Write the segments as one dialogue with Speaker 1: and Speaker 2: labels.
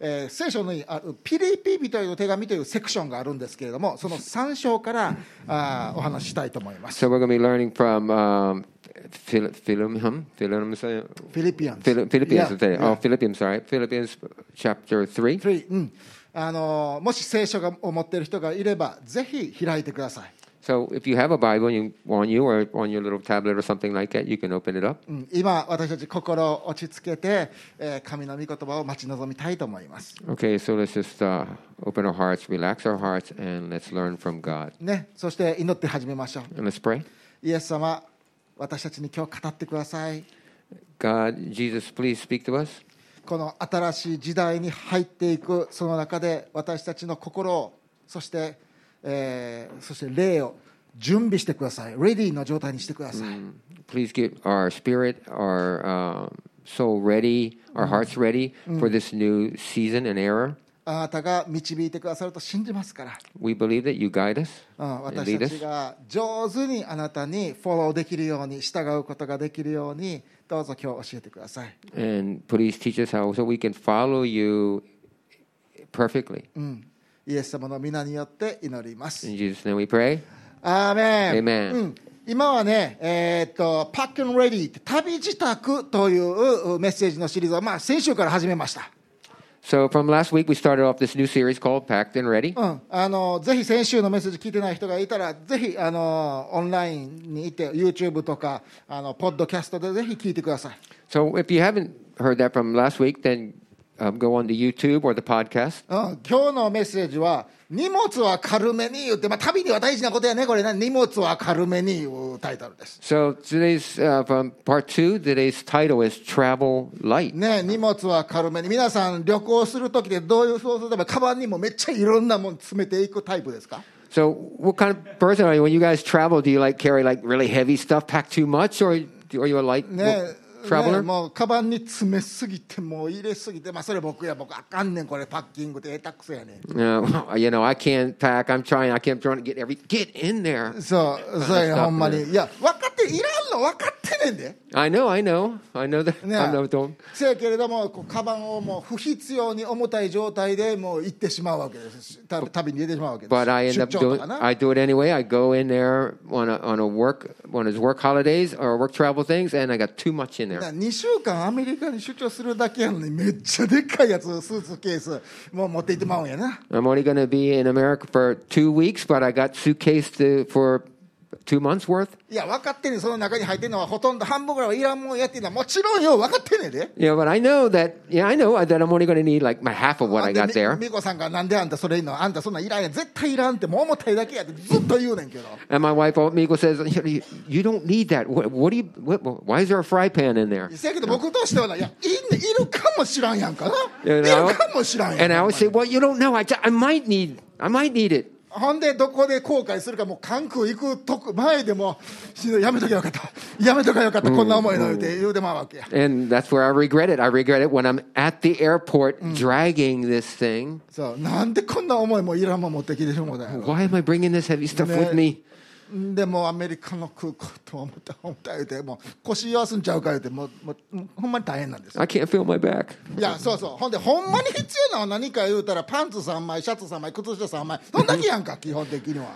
Speaker 1: えー聖書にあるピリピ人への手紙というセクションがあるんですけれどもその3章 からあーお話ししたいと思います
Speaker 2: So we're going to be learning from um, Phil- Philum- Philum-
Speaker 1: フィリピアン
Speaker 2: Phil-
Speaker 1: Yeah,
Speaker 2: Philippians today. Oh,
Speaker 1: yeah.
Speaker 2: Philippians, sorry. Philippians chapter 3.
Speaker 1: 3うんあのーもし聖書がを持っている人がいればぜひ開いてください、
Speaker 2: So if you have a Bible you, on you or on your little tablet or something like that, you can open it up.
Speaker 1: うん、今私たち心を落ち着けて、えー神の御言葉を待ち望みたいと思います
Speaker 2: Okay, so let's just uh, open our hearts, relax our hearts, and let's learn from God.
Speaker 1: ねそして祈って始めましょう
Speaker 2: And let's pray.
Speaker 1: イエス様私たちに今日語ってください
Speaker 2: God, Jesus, please speak to us.
Speaker 1: この新しい時代に入っていくその中で私たちの心をそして、えーそして霊を準備してくださいレディーの状態にしてください、
Speaker 2: Please get our spirit, our uh, soul ready,
Speaker 1: Mm.
Speaker 2: our hearts ready for this new season and era.
Speaker 1: あなたが導いてくださると信じますから
Speaker 2: We believe that you guide us
Speaker 1: うん、
Speaker 2: and
Speaker 1: 私
Speaker 2: lead
Speaker 1: たち
Speaker 2: us.
Speaker 1: が上手にあなたにフォローできるように従うことができるようにどうぞ今日教えてください、
Speaker 2: And please teach us how so we can follow you perfectly.
Speaker 1: うん、イエス様の皆によって祈ります、
Speaker 2: In Jesus' name we pray.
Speaker 1: アーメン
Speaker 2: Amen
Speaker 1: うん、今はね、えーっとパックンレディって旅自宅といううメッセージのシリーズを、まあ、先週から始めました、
Speaker 2: So from last week, we started off this new series called Packed and Ready.
Speaker 1: うん、あのぜひ先週のメッセージ聞いてない人がいたらぜひあのオンラインにいて YouTube とかあのポッドキャストでぜひ聞いてください
Speaker 2: So if you haven't heard that from last week, then um, go on to YouTube or the podcast.
Speaker 1: うん、今日のメッセージは「荷物は軽めに」言って、まあ、旅には大事なことやねこれね「荷物は軽めに」いうタイトルです
Speaker 2: So today's uh, from part two. Today's title is Travel Light.
Speaker 1: ね荷物は軽めに皆さん旅行する時でどういうそうすればカバンにもめっちゃいろんなもん詰めていくタイプですか
Speaker 2: So what kind of person are you? When you guys travel, do you like carry like really heavy stuff, pack too much, or do- are you a light
Speaker 1: ね
Speaker 2: traveler?
Speaker 1: ねもうカバンに詰めすぎてもう入れすぎて、まあ、それ僕や僕あかんねんこれパッキングって下手くそやねん
Speaker 2: No, Uh, you know I can't pack. I'm trying. I kept trying to get every get in there.
Speaker 1: そうそうやねほんまにいや分かっていらんの分かってねんで
Speaker 2: I know. I know. I know that.
Speaker 1: ね
Speaker 2: I know. Don't.
Speaker 1: せやけれどもこうカバンをもう不必要に重たい状態でもう行ってしまうわけです旅旅に出てしまうわけです
Speaker 2: But I end
Speaker 1: 出
Speaker 2: up
Speaker 1: 張と
Speaker 2: doing.
Speaker 1: かな
Speaker 2: I do it anyway. I go in there on a on a work on his work holidays or work travel things, and I got too much in
Speaker 1: だ
Speaker 2: there.
Speaker 1: から2週間アメリカに出張するだけやのにめっちゃでっかいやつスーツケースもう持って行ってまうんやな
Speaker 2: I'm only going to be in America for two weeks, but I got suitcase to, for two months worth.
Speaker 1: いや分かってんねんその中に入ってんのはほとんど半分ぐらいはいらんもんやっていうのはもちろんよ分かってんねんで
Speaker 2: You know, but I know that yeah, I know that I'm only going to need like my half of what I
Speaker 1: で
Speaker 2: got
Speaker 1: み
Speaker 2: there,
Speaker 1: みこさんがなんであんたそれいいのあんたそんなんいらんやん絶対いらんってもう重たいだけやってずっと言うねんけど
Speaker 2: and my wife Miko says, "You- you- "You don't need that. What, what do you? What, why is there a fry pan in there?"
Speaker 1: せやけど僕としてはないやいんねんいるかもしらんやんかな
Speaker 2: You
Speaker 1: いる
Speaker 2: know?
Speaker 1: かもしらんやん
Speaker 2: And I
Speaker 1: ほんま
Speaker 2: always
Speaker 1: に
Speaker 2: say, "Well, you don't know. I, ju- I might need. I might need it."
Speaker 1: ほんで、どこで後悔するか、もう関空行くとこ前でも、しんどいやめときゃよかった、やめときゃよかった、こんな思いの言うて言うてまうわけや。
Speaker 2: And that's where I regret it. I regret it when I'm at the airport dragging this thing.
Speaker 1: そう、なんでこんな思いもいらんもん持ってきてしもうだよ。
Speaker 2: Why am I bringing this heavy stuff
Speaker 1: Ne-
Speaker 2: with me?
Speaker 1: でもうアメリカの空港と思った思った言うて、もう腰休んちゃうか言うて、もうもうもうほんまに大変なん ですよ。
Speaker 2: I can't feel my back.
Speaker 1: いや、そうそう、ほんで、ほんまに必要なのは何か言うたら、パンツ3枚、シャツ3枚、靴下3枚、そんだけやんか、基本的には。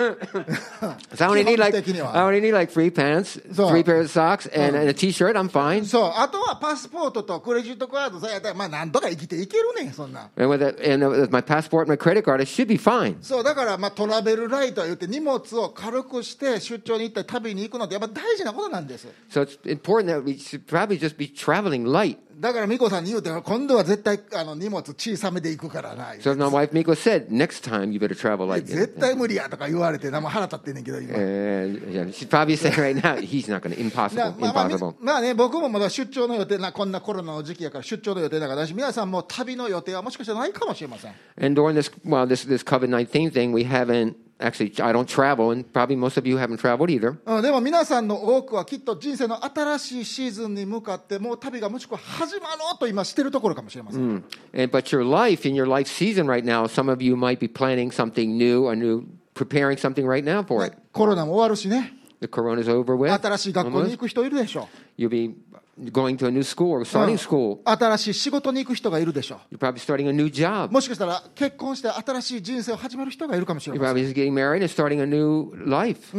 Speaker 2: So I only need
Speaker 1: 基本
Speaker 2: like
Speaker 1: 的には。
Speaker 2: I only need like three pants,
Speaker 1: So-
Speaker 2: three pairs of socks, and, and a t-shirt. I'm fine.
Speaker 1: そう、あとはパスポートとクレジットカードさえやったら、まあ、なんとか生きていけるねん、そんなん。
Speaker 2: And with that, and with my passport, and my credit card, I should be fine.
Speaker 1: そうだから、まあ、トラベルライトは言って荷物を軽くして出張に行ったり旅に行くのってやっぱ大事なことなんです
Speaker 2: So it's important that we should probably just be traveling light.
Speaker 1: だから美子さんに言うて今度は絶対あの荷物小さめで行くからな
Speaker 2: So as my wife Miko said, next time you better travel light.
Speaker 1: 絶対無理やとか言われてなもう腹立ってんねんけど今
Speaker 2: And yeah, she's probably saying right now, he's not going to impossible,
Speaker 1: なまあまあみ
Speaker 2: impossible.
Speaker 1: まあね、僕もまだ出張の予定な、こんなコロナの時期やから出張の予定だからだし、皆さんも旅の予定はもしかしたらないかもしれません。
Speaker 2: And during this, well, this this COVID nineteen thing, we haven't actually. I don't travel, and probably most of you haven't traveled either.
Speaker 1: うん、でも皆さんの多くはきっと人生の新しいシーズンに向かって、もう旅がもしくは始まろうと今してるところかもしれません
Speaker 2: Mm. And but your life in your life season right now, some of you might be planning something new, a new preparing something right now for it.
Speaker 1: コロナも終わるしね。
Speaker 2: The corona's over with.
Speaker 1: 新しい学校に
Speaker 2: almost.
Speaker 1: 行く人いるでしょ
Speaker 2: You'll be going to a new school or
Speaker 1: う
Speaker 2: starting
Speaker 1: ん
Speaker 2: school.
Speaker 1: 新しい仕事に行く人がいるでしょ
Speaker 2: You're probably starting a new
Speaker 1: う
Speaker 2: job.
Speaker 1: もしかしたら結婚して新しい人生を始める人がいるかもしれ
Speaker 2: You're
Speaker 1: ません
Speaker 2: probably just getting married and starting a new life.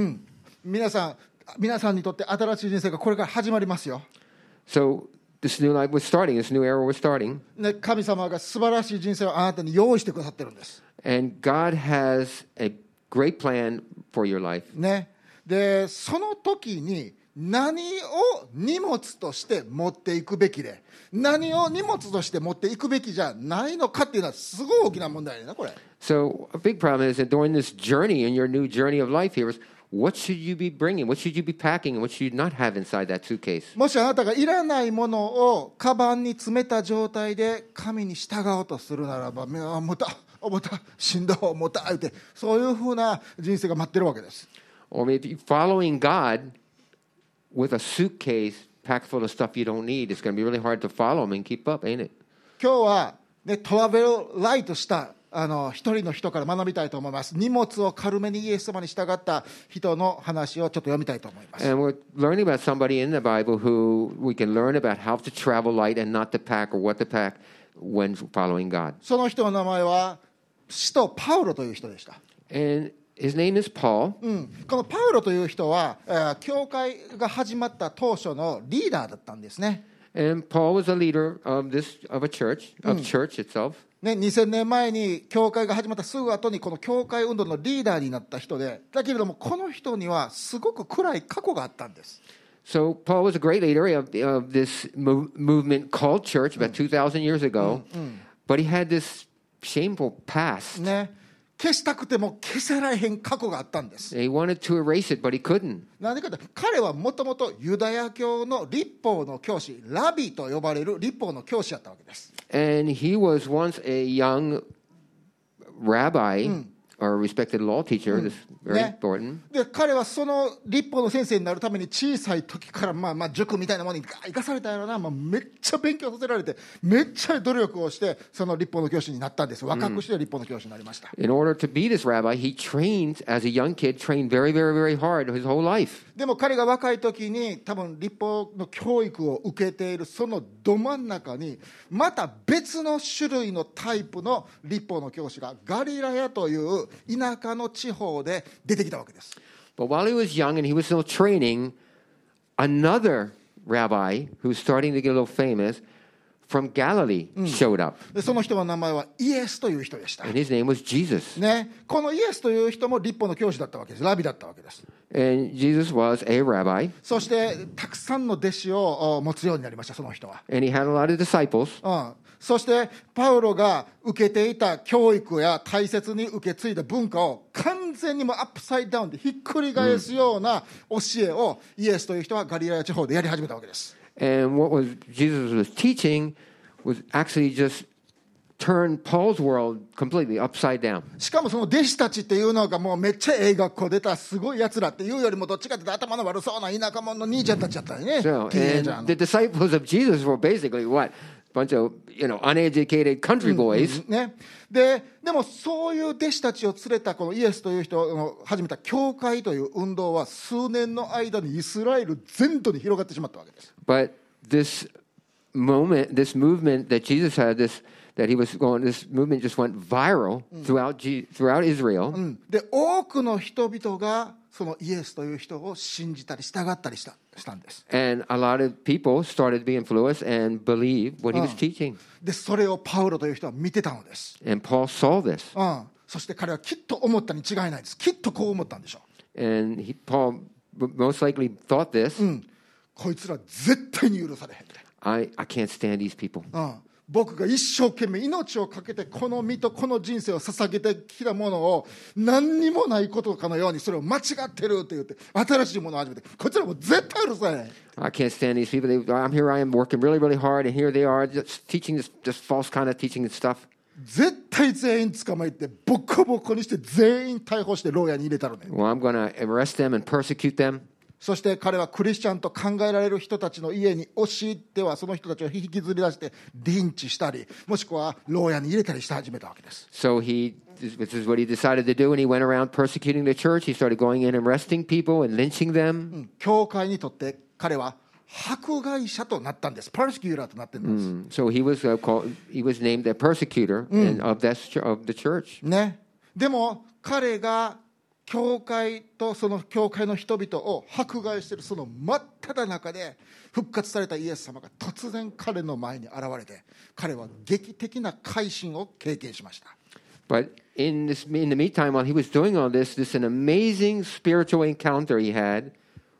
Speaker 1: 皆さん皆さんにとって新しい人生がこれから始まりますよ、
Speaker 2: So this new life was starting, this new era was starting.
Speaker 1: ね、神様が素晴らしい人生をあなたに用意してくださってるんです、
Speaker 2: And God has a great plan for your life.
Speaker 1: ね、でその時に何を荷物として持っていくべきで何を荷物として持っていくべきじゃないのかっていうのはすごい大きな問題だよねこれ
Speaker 2: So a big problem is that during this journey in your new journey of life here is what should you be bringing? What should you be packing? And what should you not have inside that suitcase?
Speaker 1: もしあなたがいらないものをカバンに詰めた状態で神に従おうとするならばみんな重た重たしんどい重たいってそういうふうな人生が待ってるわけです
Speaker 2: Or maybe following God with a suitcase packed full of stuff you don't need. It's going to be really hard to follow him and keep up, ain't it?
Speaker 1: 今日は、ね、トラベルライトしたあの一人の人から学びたいと思います荷物を軽めにイエス様に従った人の話をちょっと読みたいと思います
Speaker 2: And we're learning about somebody in the Bible who we can learn about how to travel light and not to pack or what to pack when following God.
Speaker 1: その人の名前は使徒パウロという人でした
Speaker 2: And his name is Paul.
Speaker 1: うん、このパウロという人は、えー教会が始まった当初のリーダーだったんですね
Speaker 2: And Paul was a leader of this of a church, of church itself.
Speaker 1: ね、2000年前に教会が始まったすぐ後にこの教会運動のリーダーになった人でだけれどもこの人にはすごく暗い過去があったんです
Speaker 2: So Paul was a great leader of, of this mo- movement called church about 2,000 years ago. But he had this shameful past.
Speaker 1: ね消したくても消せられへん過去があったんです
Speaker 2: He wanted to erase it, but he couldn't.
Speaker 1: なんでかって彼はもともとユダヤ教の立法の教師ラビと呼ばれる立法の教師だったわけです
Speaker 2: And he was once a young rabbi or a respected law teacher, this very
Speaker 1: Yeah.
Speaker 2: important.
Speaker 1: で彼はその立法の先生になるために小さい時からまあまあ塾みたいなものにガー行かされたような、まあ、めっちゃ勉強させられてめっちゃ努力をしてその立法の教師になったんです若くして立法の教師になりました、
Speaker 2: In order to be this rabbi, he trained as a young kid, trained very, very, very hard his whole life.
Speaker 1: でも彼が若い時に多分立法の教育を受けているそのど真ん中にまた別の種類のタイプの立法の教師がガリラヤという田舎の地方で出てきたわけです
Speaker 2: But while he was young and he was still training, another rabbi who's starting to get a little famous from Galilee showed up.
Speaker 1: でその人の名前はイエスという人でした、
Speaker 2: And his name was Jesus.
Speaker 1: ね、このイエスという人も立法の教師だったわけですラビだったわけです
Speaker 2: And Jesus was a rabbi,
Speaker 1: そしてたくさんの弟子をお持つようになりましたその人は
Speaker 2: and he had a lot of disciples.
Speaker 1: うん、そしてパウロが受けていた教育や大切に受け継いだ文化を完全にもうアップサイドダウンでひっくり返すような教えをイエスという人はガリラヤ地方でやり始めたわけです。
Speaker 2: And what was Jesus was teaching was actually just turned Paul's world completely upside down.
Speaker 1: しかもその弟子たちっていうのがもうめっちゃええ学校出たすごいやつらっていうよりもどっちかっていうと頭の悪そうな田舎者の兄ちゃんたちだったりね、
Speaker 2: So,
Speaker 1: ティーンエイジャーの
Speaker 2: and the disciples of Jesus were basically what? Bunch of, you know, uneducated country boys.
Speaker 1: ね、ででもそういう弟子たちを連れたこのイエスという人の始めた教会という運動は数年の間にイスラエル全土に広がってしまったわけです、
Speaker 2: But this moment, this movement that Jesus had, this that he was going, this movement just went viral throughout Je- throughout Israel,
Speaker 1: うんで多くの人々がそのイエスという人を信じたり従ったりしたしたんです。
Speaker 2: and a lot of people started to be influenced and believe what he was teaching.
Speaker 1: でそれをパウロという人は見てたのです、
Speaker 2: And Paul saw this,
Speaker 1: うん、そして彼はきっと思ったに違いないですきっとこう思ったんでしょう
Speaker 2: and he, Paul m- most likely thought this:
Speaker 1: Mm. こいつら絶対に許されへんって
Speaker 2: I I can't stand these people.
Speaker 1: うん、僕が一生懸命命を懸けてこの身とこの人生を捧げてきたものを何にもないことかのようにそれを間違ってるって言って新しいものを始めてこいつらもう絶対許さへん
Speaker 2: I can't stand these people. They, I'm here. I am working really, really hard, and here they are just teaching this, this false kind of teaching and stuff.
Speaker 1: 絶対全員捕まえてボコボコにして全員逮捕して牢屋に入れたのね
Speaker 2: Well, I'm going to arrest them and persecute them.
Speaker 1: そして彼はクリスチャンと考えられる人たちの家に押し入ってはその人たちを引きずり出してリンチしたりもしくは牢屋に入れたりして始めたわけです
Speaker 2: So he, this is what he decided to do, and he went around persecuting the church. He started going in and arresting people and lynching them.
Speaker 1: 教会にとって彼は迫害者となったんです。パルスキューラーとなってるんです。
Speaker 2: Mm. So he was uh, called, he was named a persecutor and of that ch- of the church.
Speaker 1: ね、でも彼が教会とその教会の人々を迫害しているその真っ只中で復活されたイエス様が突然彼の前に現れて彼は劇的な改心を経験しました
Speaker 2: But in this in the meantime, while he was doing all this, this an amazing spiritual encounter he had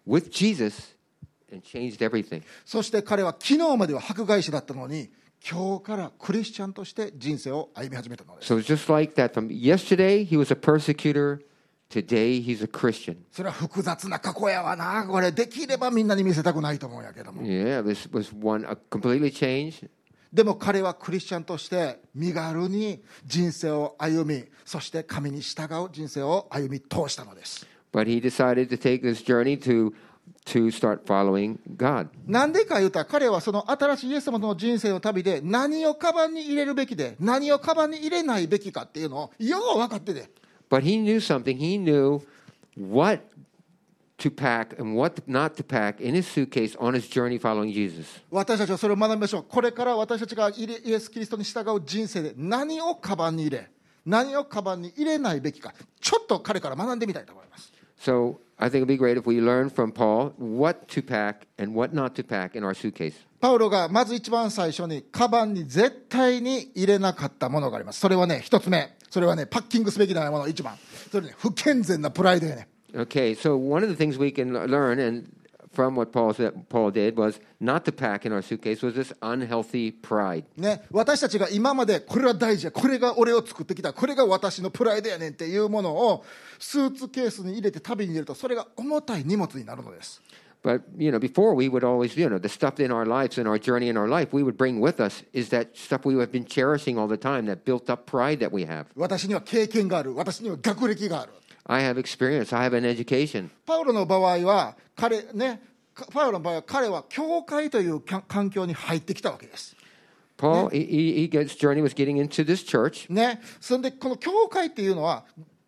Speaker 2: with Jesus and changed everything.
Speaker 1: そして彼は昨日までは迫害者だったのに今日からクリスチャンとして人生を歩み始めたのです
Speaker 2: So it's just like that, from yesterday he was a persecutor, today he's a Christian.
Speaker 1: それは複雑な過去やわなこれできればみんなに見せたくないと思うんやけども
Speaker 2: Yeah, this was one uh, completely changed.
Speaker 1: でも彼はクリスチャンとして身軽に人生を歩みそして神に従う人生を歩み通したのです
Speaker 2: But he decided to take this journey to to start following God.
Speaker 1: なんでか言うたら彼はその新しいイエス様との人生の旅で何をカバンに入れるべきで何をカバンに入れないべきかっていうのをよう分かってて
Speaker 2: But he knew something. He knew what to pack and what not to pack in his suitcase on his journey following Jesus.
Speaker 1: 私たちはそれを学びましょうこれから私たちがイエス・キリストに従う人生で何をカバンに入れ何をカバンに入れないべきかちょっと彼から学んでみたいと思います
Speaker 2: So I think it'd be great if we learn from Paul what to pack and what not to pack in our suitcase.
Speaker 1: パウロがまず一番最初にカバンに絶対に入れなかったものがありますそれはね一つ目それはねパッキングすべきでないもの一番それね不健全なプライドやね
Speaker 2: Okay, so one of the things we can l- learn and from what Paul said, Paul did was not to pack in our suitcase was this unhealthy pride.
Speaker 1: ね、私たちが今までこれは大事やこれが俺を作ってきたこれが私のプライドやねんっていうものをスーツケースに入れて旅に出るとそれが重たい荷物になるのです
Speaker 2: But you know, before we would always, you know, the stuff in our lives and our journey in our life we would bring with us is that stuff we have been cherishing all the time, that built up pride that we have.
Speaker 1: 私には経験がある私には学歴がある
Speaker 2: I have experience, I have an education.
Speaker 1: パウロの場合は彼ねかパウロの場合は彼は教会というか環境に入ってきたわけです
Speaker 2: Paul, he, he, he gets journey was getting into this church.
Speaker 1: ねそんでこの教会っていうのは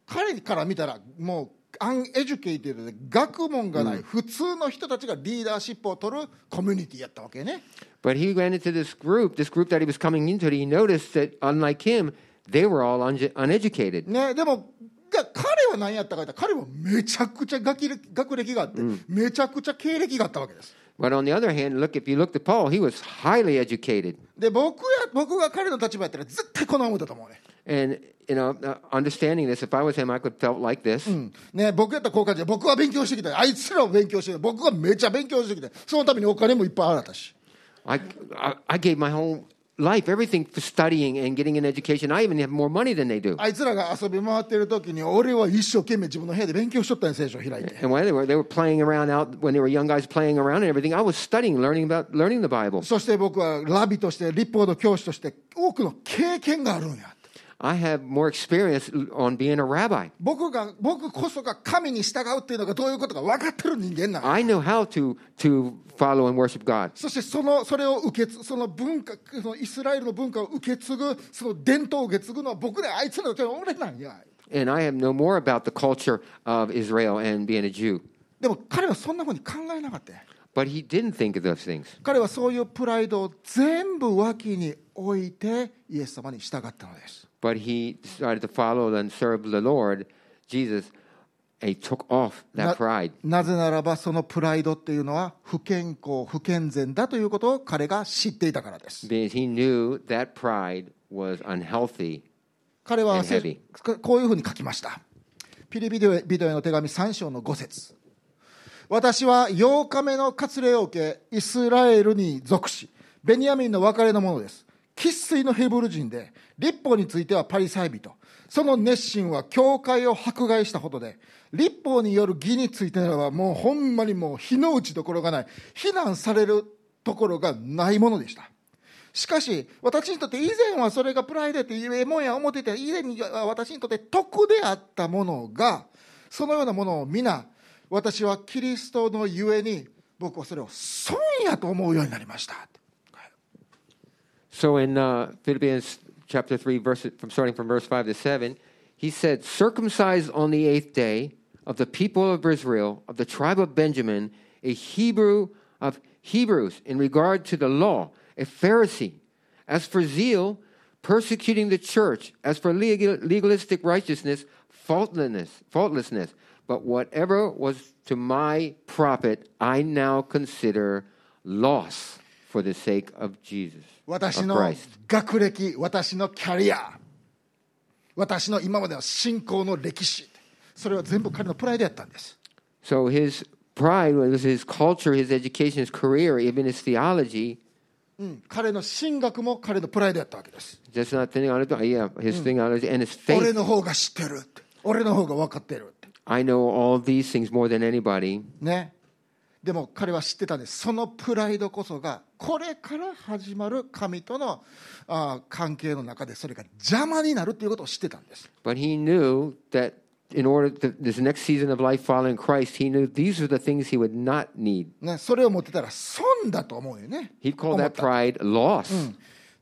Speaker 1: 彼から見たらもうアンエデュケイティブで学問がない、普通の人たちがリーダーシップを取るコミュニティやったわけね
Speaker 2: But he ran into this group, this group that he was coming into, and he noticed that unlike him, they were all unge- uneducated.
Speaker 1: ね、でも、が彼は何やったか言ったら、彼はめちゃくちゃ学歴学歴があって、めちゃくちゃ経歴があったわけです。
Speaker 2: But on the other hand, look if you looked at Paul, he was highly educated,
Speaker 1: で、僕や僕が彼の立場やったら、絶対この思だと思うね。
Speaker 2: and you know, uh, understanding this, if I was him, I could felt like this.
Speaker 1: うんね、僕やったらこう感じで、僕は勉強してきた、あいつらも勉強してきた、僕はめちゃ勉強してきた、そのためにお金もいっぱい払ったし。
Speaker 2: I, I, I gave my whole life, everything for studying and getting an education. I even have more money than they do.
Speaker 1: あいつらが遊び回ってる時に、俺は一生懸命自分の部屋で勉強しとったんや、聖書を開いて。
Speaker 2: And when they were, they were playing around out when they were young guys playing around and everything, I was studying, learning about learning the Bible.
Speaker 1: そして僕はラビとして、立法の教師として、多くの経験があるんやって。
Speaker 2: I have more experience on being a rabbi.
Speaker 1: 僕が僕こそが神に従うっていうのがどういうことか分かってる人間なの
Speaker 2: I know how to to follow and worship God.
Speaker 1: そしてそのそれを受けつその文化そのイスラエルの文化を受け継ぐその伝統を受け継ぐのは僕であいつらだけの俺なんや
Speaker 2: And I have no more about the culture of Israel and being a Jew.
Speaker 1: でも彼はそんなふうに考えなかったよ
Speaker 2: But he didn't think of those things.
Speaker 1: 彼はそういうプライドを全部脇に置いてイエス様に従ったのです
Speaker 2: But he decided to follow and serve the Lord, Jesus, and he took off that
Speaker 1: な
Speaker 2: pride.
Speaker 1: なぜならばそのプライドっていうのは不健康不健全だということを彼が知っていたからです
Speaker 2: because he knew that pride was unhealthy.
Speaker 1: 彼は
Speaker 2: And heavy.
Speaker 1: こういうふうに書きました。ピリビデオへの手紙3章の5節私は8日目の割礼を受け、イスラエルに属し、ベニヤミンの別れのものです。生粋のヘブル人で、立法についてはパリサイ人。その熱心は教会を迫害したことで、立法による義についてならば、もうほんまにもう火の打ちどころがない、非難されるところがないものでした。しかし、私にとって以前はそれがプライドやってええもんや思っていて、以前には私にとって徳であったものが、そのようなものを皆、私はキリストのゆえに、僕はそれを損やと思うようになりました。
Speaker 2: So in uh, Philippians chapter 3, verse, from starting from verse 5 to 7, he said, Circumcised on the eighth day of the people of Israel, of the tribe of Benjamin, a Hebrew of Hebrews in regard to the law, a Pharisee. As for zeal, persecuting the church. As for legal, legalistic righteousness, faultlessness, faultlessness. But whatever was to my profit, I now consider loss for the sake of Jesus. of
Speaker 1: 私の
Speaker 2: Christ.
Speaker 1: 学歴私のキャリア私の今までの信仰の歴史それは全部彼のプライドやったんです
Speaker 2: So his pride was his culture, his education, his career, even his theology.
Speaker 1: うん彼の神学も彼のプライドやったわけです
Speaker 2: That's not thing on it. Yeah, his thing on it, and his
Speaker 1: 俺
Speaker 2: faith.
Speaker 1: の方が知ってるって俺の方が分かってるって
Speaker 2: I know all these things more than anybody.
Speaker 1: ねでも彼は知ってたんですそのプライドこそがこれから始まる神とのあー関係の中でそれが邪魔になるということを知ってたんです
Speaker 2: But he knew that in order to this next season of life following Christ, he knew these are the things he would not need.
Speaker 1: ね、それを持ってたら損だと思うよね。
Speaker 2: He called
Speaker 1: 思っ
Speaker 2: that
Speaker 1: た
Speaker 2: pride loss.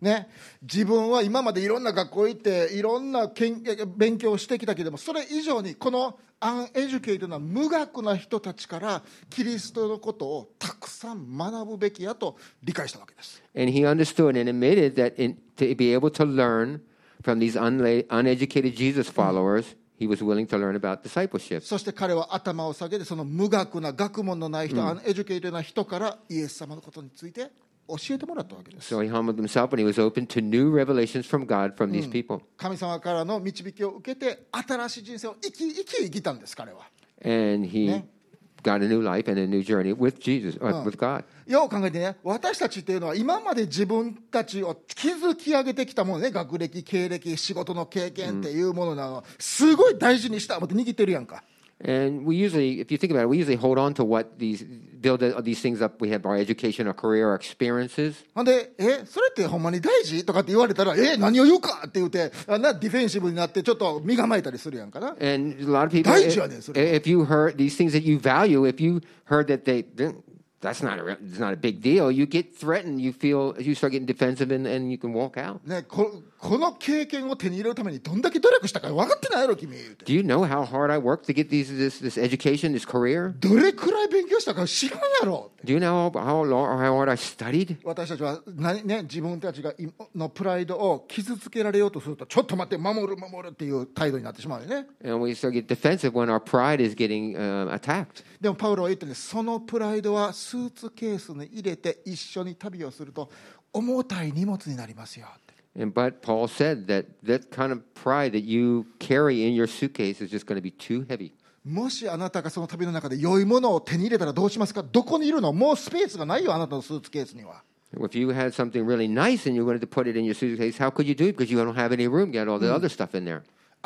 Speaker 1: ね、自分は今までいろんな学校行っていろんなけん勉強をしてきたけどもそれ以上にこのアンエデュケイトな無学な人たちからキリストのことをたくさん学ぶべきやと理解したわけです。
Speaker 2: And he understood and admitted that in, to be able to learn from these unla- uneducated Jesus followers, he was willing to learn about discipleship.
Speaker 1: そして彼は頭を下げてその無学な学問のない人、アンエデュケイトな人からイエス様のことについて教えてもらったわけです。
Speaker 2: So he humbled himself and he was open to new revelations from God from these people.
Speaker 1: 神様からの導きを受けて新しい人生を生き生き生きたんです彼は。
Speaker 2: And he
Speaker 1: Yeah.
Speaker 2: got a new life and a new journey with Jesus, uh, with God.
Speaker 1: よう考えてね私たちっていうのは今まで自分たちを築き上げてきたものね学歴経歴仕事の経験っていうものなの、すごい大事にした思って握ってるやんか
Speaker 2: And we usually, if you think about it, we usually hold on to what these build uh, these things up. We have our education, our career, our experiences.
Speaker 1: ほんでえそれってほんまに大事とかって言われたらえ何を言うかって言ってあなディフェンシブになってちょっと身構えたりするやんかな
Speaker 2: And a lot of people,
Speaker 1: Danger
Speaker 2: if,
Speaker 1: on it.
Speaker 2: if you heard these things that you value, if you heard that they, they're- that's not a, re- it's not a big deal. You get threatened. You feel you start getting defensive, and, and you can walk out.
Speaker 1: ねここの経験を手に入れるためにどんだけ努力したか分かってないやろ君言うて
Speaker 2: Do you know how hard I worked to get these this this education, this career?
Speaker 1: どれくらい勉強したか知らんやろ
Speaker 2: Do you know how how, long, how hard I studied?
Speaker 1: 私たちは何、ね、自分たちがいのプライドを傷つけられようとするとちょっと待って守る守るっていう態度になってしまうよね
Speaker 2: And we start get defensive when our pride is getting uh, attacked.
Speaker 1: でもパウロは言ってねそのプライドはスーツケースに入れて一緒に旅をすると重たい荷物になりますよって
Speaker 2: And but Paul said that that kind of pride that you carry in your suitcase is just going to be too heavy.
Speaker 1: もしあなたがその旅の中で良いものを手に入れたらどうしますかどこにいるのもうスペースがないよあなたのスーツケースには
Speaker 2: If you had something really nice and you wanted to put it in your suitcase, how could you do it? Because you don't have any room. You had all the other stuff in there.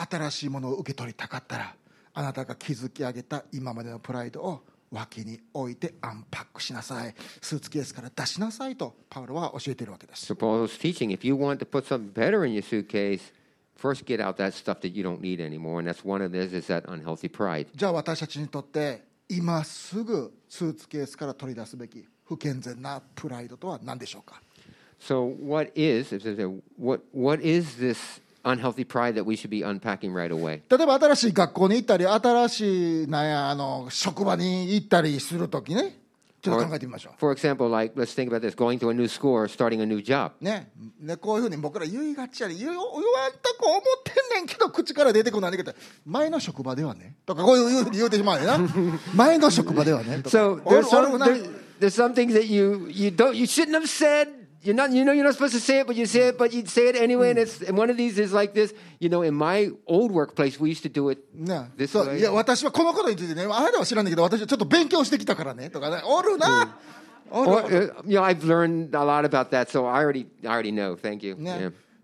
Speaker 1: 新しいものを受け取りたかったらあなたが築き上げた今までのプライドを脇に置いてアンパックしなさいスーツケースから出しなさいとパウロは教えているわけです
Speaker 2: So Paul's teaching: if you want to put something better in your suitcase, first get out that stuff that you don't need anymore. And that's one of this is that unhealthy pride.
Speaker 1: じゃあ私たちにとって今すぐスーツケースから取り出すべき不健全なプライドとは何でしょうか
Speaker 2: So what is if there's a- what what is this unhealthy pride that we should be unpacking right away?
Speaker 1: 例えば新しい学校に行ったり新しいなんやあの職場に行ったりするときねちょっと考えてみましょう
Speaker 2: For example, like let's think about this: going to a new school or starting a new job.
Speaker 1: ねね、こういうふうに僕ら言いがちやり言う言わんとこ思ってんねんけど口から出てこないねんけど前の職場ではねとかこういうふうに言うてしまう ねんな前の職場ではねとか
Speaker 2: So there's
Speaker 1: おるお
Speaker 2: some
Speaker 1: るな
Speaker 2: there, there's some things that you you don't you shouldn't have said. You're not you know you're not supposed to say it, but you say it, but you say it anyway. And it's and one of these is like this. You know, in my old workplace, we used to do it
Speaker 1: な
Speaker 2: this
Speaker 1: そう
Speaker 2: way.
Speaker 1: いや私はこのことについてねあなたは知らんねんけど私はちょっと勉強してきたからねとかねおるな、おる
Speaker 2: Or, uh, you know, I've learned a lot about that, so I already I already know. Thank you.
Speaker 1: ね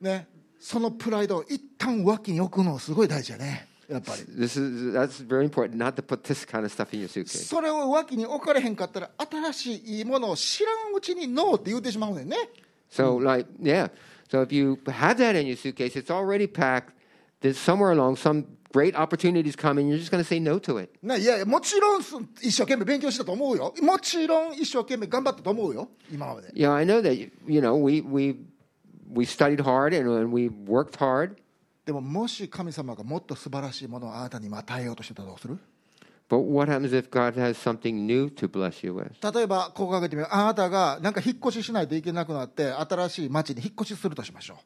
Speaker 2: Yeah.
Speaker 1: ねそのプライドを一旦脇に置くのすごい大事やねやっぱり
Speaker 2: This is that's very important notと put this kind of stuff in your suitcase.
Speaker 1: それを脇に置かれへんかったら新しいいいものを知らんうちにノーって言うてしまうねんね
Speaker 2: So like yeah. So if you have that in your suitcase, it's already packed. There's somewhere along some great opportunities coming. You're just going to say no to it.
Speaker 1: ないやいやもちろんす一生懸命勉強したと思うよもちろん一生懸命頑張ったと思うよ今まで
Speaker 2: Yeah, I know that. You know, we we we studied hard and, and we worked hard,
Speaker 1: でももし神様がもっと素晴らしいものをあなたに与えようとしてたらどうする
Speaker 2: But what happens if God has something new to bless you with?
Speaker 1: 例えばこう考えてみるあなたがなんか引っ越ししないといけなくなって新しい町に引っ越しするとしましょ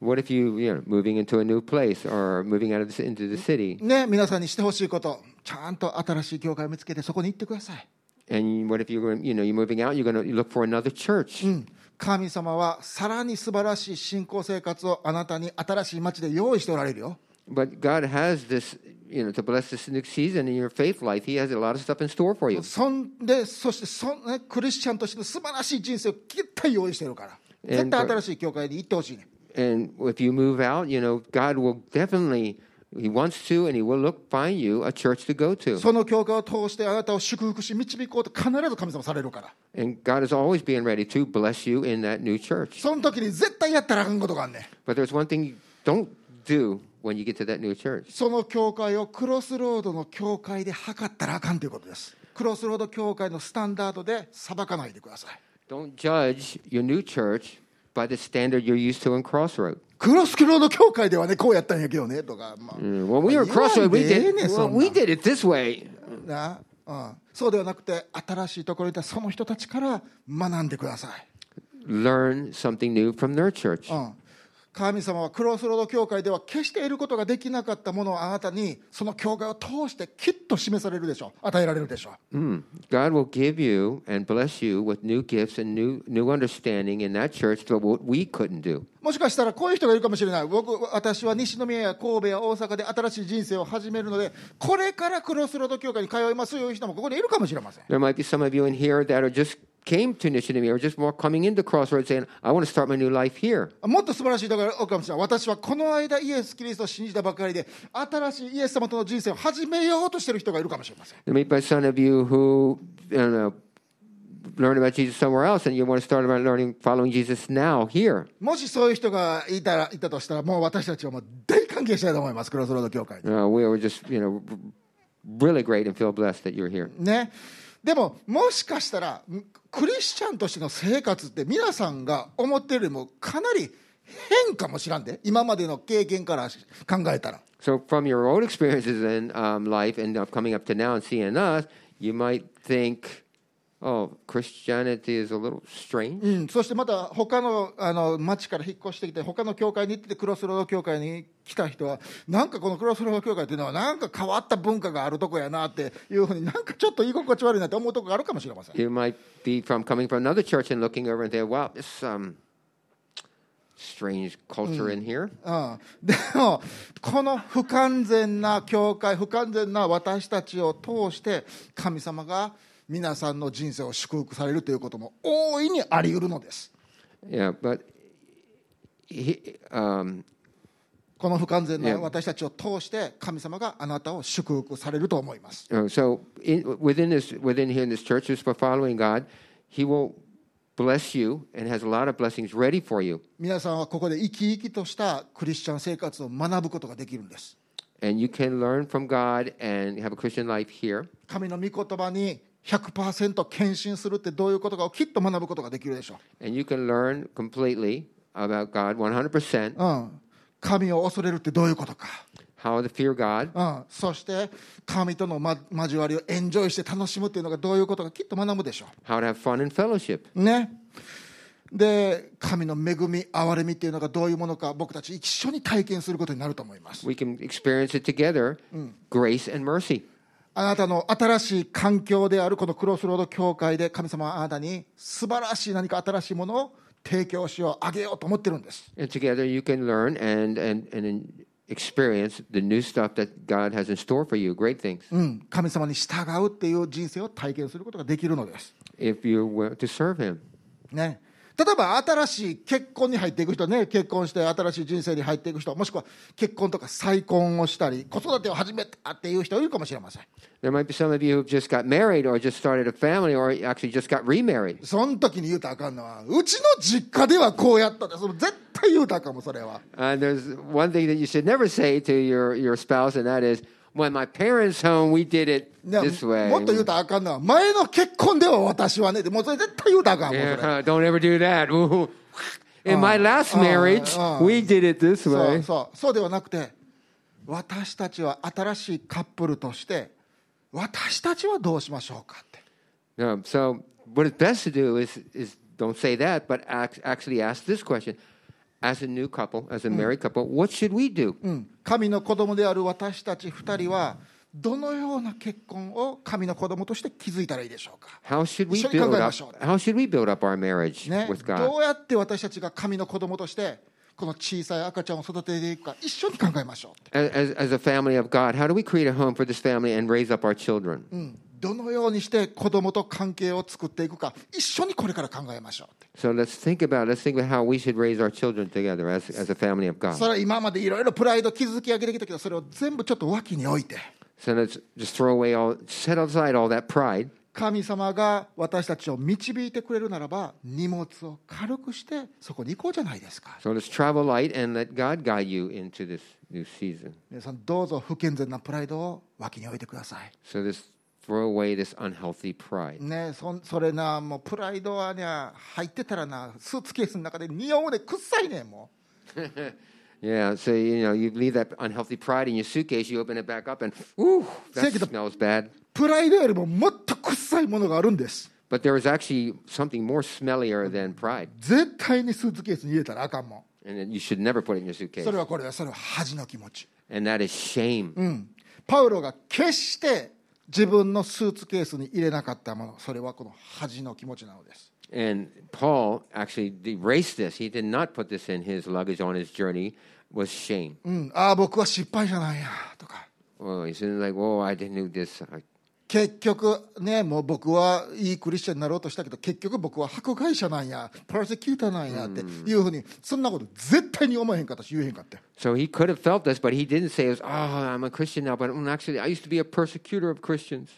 Speaker 2: What if you, you know, moving into a new place or moving out of the, into the city?
Speaker 1: うね皆さんにしてほしいことちゃんと新しい教会を見つけてそこに行ってください、
Speaker 2: And what if you're, going- you know, you're moving out, you're going to look for another church?
Speaker 1: うん、神様はさらに素晴らしい信仰生活をあなたに新しい町で用意しておられるよ
Speaker 2: But God has this, you know, to bless this new season in your faith life. He has a lot of stuff in store for you.
Speaker 1: そんでそしてそん、ね、クリスチャンとしての素晴らしい人生を絶対用意してるから
Speaker 2: えー
Speaker 1: 絶対新しい教会に行ってほしいね
Speaker 2: And if you move out, you know, God will definitely, He wants to, and He will look, find you a church to go to.
Speaker 1: その教会を通してあなたを祝福し導こうと必ず神様されるから
Speaker 2: And God is always being ready to bless you in that new church.
Speaker 1: その時に絶対やったらあかんことがあんねん
Speaker 2: But there's one thing you don't do when you get to that new church.
Speaker 1: その教会をクロスロードの教会で測ったらあかんということですクロスロード教会のスタンダードで裁かないでください
Speaker 2: Don't judge your new church by the standard you're used to in Crossroad.
Speaker 1: クロスロード教会ではねこうやったんやけどねとか、まあ
Speaker 2: Mm, Well, we
Speaker 1: 言
Speaker 2: were
Speaker 1: わん
Speaker 2: Crossroad. We
Speaker 1: でええ
Speaker 2: did.
Speaker 1: ねんそんな
Speaker 2: Well,
Speaker 1: ん
Speaker 2: we did it this way.
Speaker 1: なうん、そうではなくて新しいところにいたその人たちから学んでください
Speaker 2: Learn something new from their church.
Speaker 1: うん、神様はクロスロード教会では決して得ることができなかったものをあなたにその教会を通してきっと示されるでしょう与えられるでしょう
Speaker 2: Mm. God will give you and bless you with new gifts and new new understanding in that church for what we couldn't do.
Speaker 1: もしかしたらこういう人がいるかもしれない僕私は西宮や神戸や大阪で新しい人生を始めるのでこれからクロスロード教会に通いますという人もここにいるかもしれません
Speaker 2: There might be some of you in here that are just came to Nishinami or just more coming into Crossroads saying, I want to start my new life here.
Speaker 1: もっと素晴らしい人がおるかもしれない私はこの間イエス・キリストを信じたばかりで新しいイエス様との人生を始めようとしている人がいるかもしれません
Speaker 2: There may be some of you who you know, learn about Jesus somewhere else and you want to start about learning following Jesus now here.
Speaker 1: もしそういう人がいたらいたとしたらもう私たちはもう大歓迎したいと思いますクロスロード教会に
Speaker 2: Uh, we were just, you know, really great and feel blessed that you're here.
Speaker 1: ねでももしかしたらんクリスチャンとしての生活って皆さんが思ってるよりもかなり変かもしらんで今までの経験からし考えたら
Speaker 2: So, from your own experiences in um, life and of coming up to now and seeing us, you might think, oh, Christianity is a little strange.
Speaker 1: うん、そしてまた他のあの町から引っ越してきて他の教会に行っててクロスロード教会に来た人はなんかこのクロスロード教会っていうのはなんか変わった文化があるとこやなっていうふうになんかちょっと居心地悪いなって思うとこがあるかもしれません
Speaker 2: You might be from coming from another church and looking over and think, wow, this um, strange culture in here.
Speaker 1: うん、でもこの不完全な教会不完全な私たちを通して神様が皆さんの人生を祝福されるということも大いにあり得るのです
Speaker 2: Yeah, but he, um,
Speaker 1: この不完全
Speaker 2: い
Speaker 1: な
Speaker 2: や
Speaker 1: 私たちを通して神様があなたを祝福されると思います
Speaker 2: uh, so in, within this, within here in this church, just for following God, He will bless you and has a lot of blessings ready for you.
Speaker 1: 皆さんはここで生き生きとしたクリスチャン生活を学ぶことができるんです
Speaker 2: And you can learn from God and have a Christian life here.
Speaker 1: 神の御言葉に100%献身するってどういうことかをきっと学ぶことができるでしょ
Speaker 2: And you can learn completely about God 100%,
Speaker 1: う、うん、神を恐れるってどういうことか
Speaker 2: how to fear God,
Speaker 1: うん、そして神との、ま、交わりをエンジョイして楽しむっていうのがどういうことかきっと学ぶでしょ
Speaker 2: how to have fun and fellowship.
Speaker 1: うねで神の恵み憐れみっていうのがどういうものか僕たち一緒に体験することになると思います
Speaker 2: We can experience it together grace and mercy.
Speaker 1: あなたの新しい環境であるこのクロスロード教会で神様はあなたに素晴らしい何か新しいものを提供しようあげようと思ってるんです
Speaker 2: And together you can learn and, and, and experience the new stuff that God has in store for you, great things,
Speaker 1: うん神様に従うっていう人生を体験することができるのです、
Speaker 2: if you're willing to serve Him.
Speaker 1: ね、例えば新しい結婚に入っていく人ね結婚して新しい人生に入っていく人もしくは結婚とか再婚をしたり子育てを始めたっていう人いるかもしれません
Speaker 2: There might be some of you who've just got married or just started a family or actually just got remarried.
Speaker 1: その時に言うたらあかんのはうちの実家ではこうやったでその絶対言うたらあかんもんそれは。
Speaker 2: And there's one thing that you should never say to your, your spouse, and that is, when my parents' home, we did it
Speaker 1: ね
Speaker 2: this way.
Speaker 1: もっと言うたらあかんのは前の結婚では私はねでもうそれ絶対言うたらあかんもんそれ
Speaker 2: Yeah, don't ever do that. Ooh. In my last
Speaker 1: uh,
Speaker 2: marriage,
Speaker 1: uh.
Speaker 2: we did it this
Speaker 1: そう
Speaker 2: way.
Speaker 1: そうそうではなくて私たちは新しいカップルとして私たちはどうしましょうかって
Speaker 2: Now, Um, so what is best to do is is don't say that, but act, actually ask this question: As a new couple, as a married couple, what should we do?
Speaker 1: うん、神の子供である私たち2人はどのような結婚を神の子供として築いたらいいでしょうか、
Speaker 2: How should we
Speaker 1: 一緒に考えましょう。
Speaker 2: build up? How should we build up our marriage
Speaker 1: ね、
Speaker 2: with God?
Speaker 1: どうやって私たちが神の子供としてこの小さい赤ちゃんを育てていくか一緒に考えましょ
Speaker 2: As, as a family of God, how do we create a home for this family and raise up our children?
Speaker 1: う、うん、どのようにして子供と関係を作っていくか一緒にこれから考えましょうって
Speaker 2: So let's think about let's think about how we should raise our children together as, as a family of God.
Speaker 1: それは今までいろいろプライド築き上げてきたけどそれを全部ちょっと脇に置いて
Speaker 2: So let's just throw away all set aside all that pride
Speaker 1: 神様が私たちを導いてくれるならば荷物を軽くしてそこに行こうじゃないですか
Speaker 2: So let's travel light and let God guide you into this new season.
Speaker 1: 皆さんどうぞ不健全なプライドを脇に置いてください
Speaker 2: So let's throw away this unhealthy pride.
Speaker 1: ねそんそれなもうプライドはね入ってたらなスーツケースの中で匂うでくっさいねも
Speaker 2: Yeah, so you know, you leave that unhealthy pride in your suitcase, you open it back up and ooh, that
Speaker 1: Take it up.
Speaker 2: smells bad.
Speaker 1: うプライドよりももっとくっさいものがあるんです
Speaker 2: But there is actually something more smellier than pride.
Speaker 1: 絶対にスーツケースに入れたらあかんも
Speaker 2: And then you should never put it in
Speaker 1: ん
Speaker 2: your suitcase.
Speaker 1: それはこれはそれは恥の気持ち
Speaker 2: And that is shame.
Speaker 1: うんパウロが決して自分のスーツケースに入れなかったものそれはこの恥の気持ちなのです
Speaker 2: And Paul actually erased this. He did not put this in his luggage on his journey was shame.
Speaker 1: うん、ああ、僕は失敗じゃないやとか、
Speaker 2: Oh, he's like, "Whoa, I didn't do this. I,
Speaker 1: 結局ね、もう僕はいいクリスチャンになろうとしたけど、結局僕は迫害者なんや、プロセキューターなんやっていうふうに、そんなこと絶対に思えへんかったし、言えへんかったよ
Speaker 2: So he could have felt this, but he didn't say it was, oh, I'm a Christian now, but mm, actually, I used to be a persecutor of Christians.